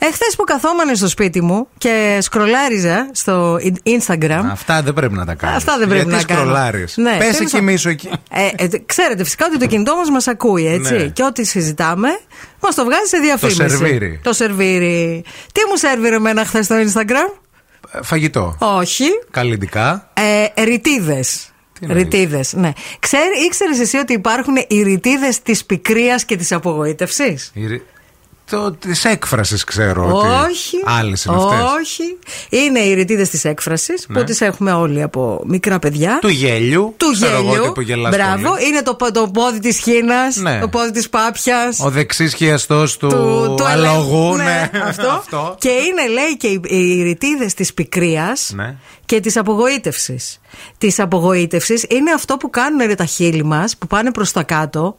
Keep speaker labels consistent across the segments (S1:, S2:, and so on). S1: Εχθές που καθόμανε στο σπίτι μου και σκρολάριζα στο Instagram.
S2: Αυτά δεν πρέπει να τα κάνεις
S1: Αυτά δεν πρέπει
S2: Γιατί
S1: να κάνω.
S2: σκρολάρεις.
S1: Ναι,
S2: Πες
S1: τέλος
S2: εκεί
S1: πάντων.
S2: μίσο εκεί.
S1: Ε, ε, τε- ξέρετε φυσικά ότι το κινητό μας μας ακούει, έτσι.
S2: Ναι.
S1: Και ό,τι συζητάμε, μας το βγάζει σε διαφήμιση.
S2: σερβίρει.
S1: Το σερβίρει. Τι μου σερβίρε εμένα χθες στο Instagram,
S2: Ε, Φαγητό.
S1: Όχι.
S2: Καλλιντικά.
S1: Ε, ρητίδες.
S2: Τι εννοείς?
S1: Ρητίδες, ναι. Ξέρει, ήξερες εσύ ότι υπάρχουν οι ρητίδες της πικρίας και της απογοήτευσης.
S2: Η ρι- Το της έκφρασης ξέρω.
S1: Όχι.
S2: Άλλες είναι αυτές.
S1: Όχι. Είναι οι ρητίδες της έκφρασης
S2: Ναι.
S1: που τις έχουμε όλοι από μικρά παιδιά.
S2: Του γέλιου.
S1: Του
S2: Ξέρω εγώ
S1: γέλιου.
S2: ότι που γελάς
S1: Μπράβο.
S2: πολύ.
S1: Είναι το, πο- το πόδι της χίνας,
S2: Ναι.
S1: το πόδι της πάπιας.
S2: Ο δεξί χιαστός του,
S1: του, του
S2: αλογού.
S1: ελέγχου.
S2: Ναι,
S1: αυτό. Και είναι, λέει, και οι, οι ρητίδες της πικρίας
S2: Ναι.
S1: και της απογοήτευσης. Της απογοήτευσης είναι αυτό που κάνουν ρε, τα χείλη μας, που πάνε προς τα κάτω,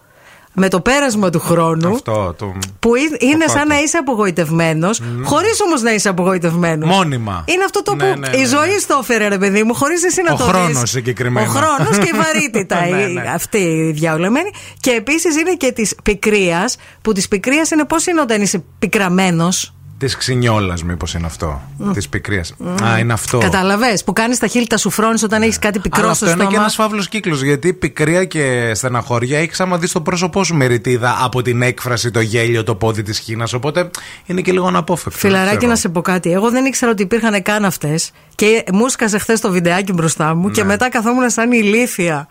S1: με το πέρασμα του χρόνου.
S2: Αυτό. Το...
S1: Που είναι- είναι σαν
S2: κάτω.
S1: να είσαι απογοητευμένος, χωρίς όμως να είσαι απογοητευμένος.
S2: Μόνιμα.
S1: Είναι αυτό το
S2: Ναι,
S1: που
S2: ναι, ναι,
S1: η
S2: ναι.
S1: ζωή στο έφερε, ρε παιδί μου, χωρίς εσύ να
S2: Ο
S1: το
S2: χρόνος
S1: δεις.
S2: συγκεκριμένα.
S1: Ο χρόνος και η βαρύτητα.
S2: Ναι,
S1: η-
S2: ναι.
S1: Αυτή η διαολεμένη. Και επίσης είναι και της πικρίας, που της πικρίας είναι πώς είναι όταν είσαι πικραμένος.
S2: Της ξινιόλας, μήπως είναι αυτό. Της πικρίας. Α, είναι αυτό.
S1: Καταλαβέ, που κάνεις τα χείλη, τα σου φρώνει όταν έχεις κάτι πικρό
S2: Αλλά
S1: στο
S2: αυτό είναι
S1: στόμα.
S2: και ένας φαύλος κύκλος. Γιατί πικρία και στεναχώρια έχεις άμα δεις το πρόσωπό σου με ρητίδα από την έκφραση, το γέλιο, το πόδι της Χίνας. Οπότε είναι και λίγο αναπόφευκτο.
S1: Φιλαράκι,
S2: ξέρω.
S1: να σε πω κάτι. Εγώ δεν ήξερα ότι υπήρχαν καν αυτές. Και μου σκάσε χθες το βιντεάκι μπροστά μου και
S2: Ναι.
S1: μετά καθόμουν σαν ηλίθια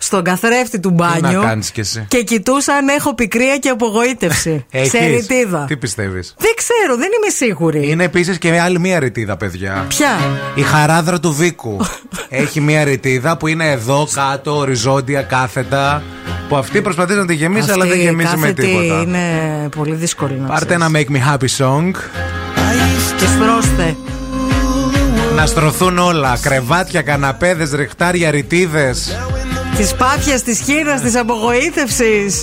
S1: στον καθρέφτη του
S2: να
S1: μπάνιου.
S2: κάνεις κι εσύ.
S1: Και κοιτούσα αν έχω πικρία και απογοήτευση. σε
S2: Έχεις?
S1: ρητίδα.
S2: Τι πιστεύεις.
S1: Δεν ξέρω, δεν είμαι σίγουρη.
S2: Είναι επίσης και άλλη μία ρητίδα, παιδιά.
S1: Ποια.
S2: Η χαράδρα του Βίκου. Έχει μία ρητίδα που είναι εδώ, κάτω, οριζόντια, κάθετα. Που αυτή προσπαθεί να τη γεμίσει, αλλά
S1: Αυτή
S2: δεν
S1: η
S2: γεμίζει με
S1: κάθετη
S2: τίποτα.
S1: Είναι πολύ δύσκολη να
S2: Πάρτε
S1: ξέρεις.
S2: ένα Make Me Happy Song.
S1: Και στρώστε.
S2: Να στρωθούν όλα. Κρεβάτια, καναπέδες, ρηχτάρια, ρητίδες.
S1: Τι πάπια της χείρας της απογοήτευσης.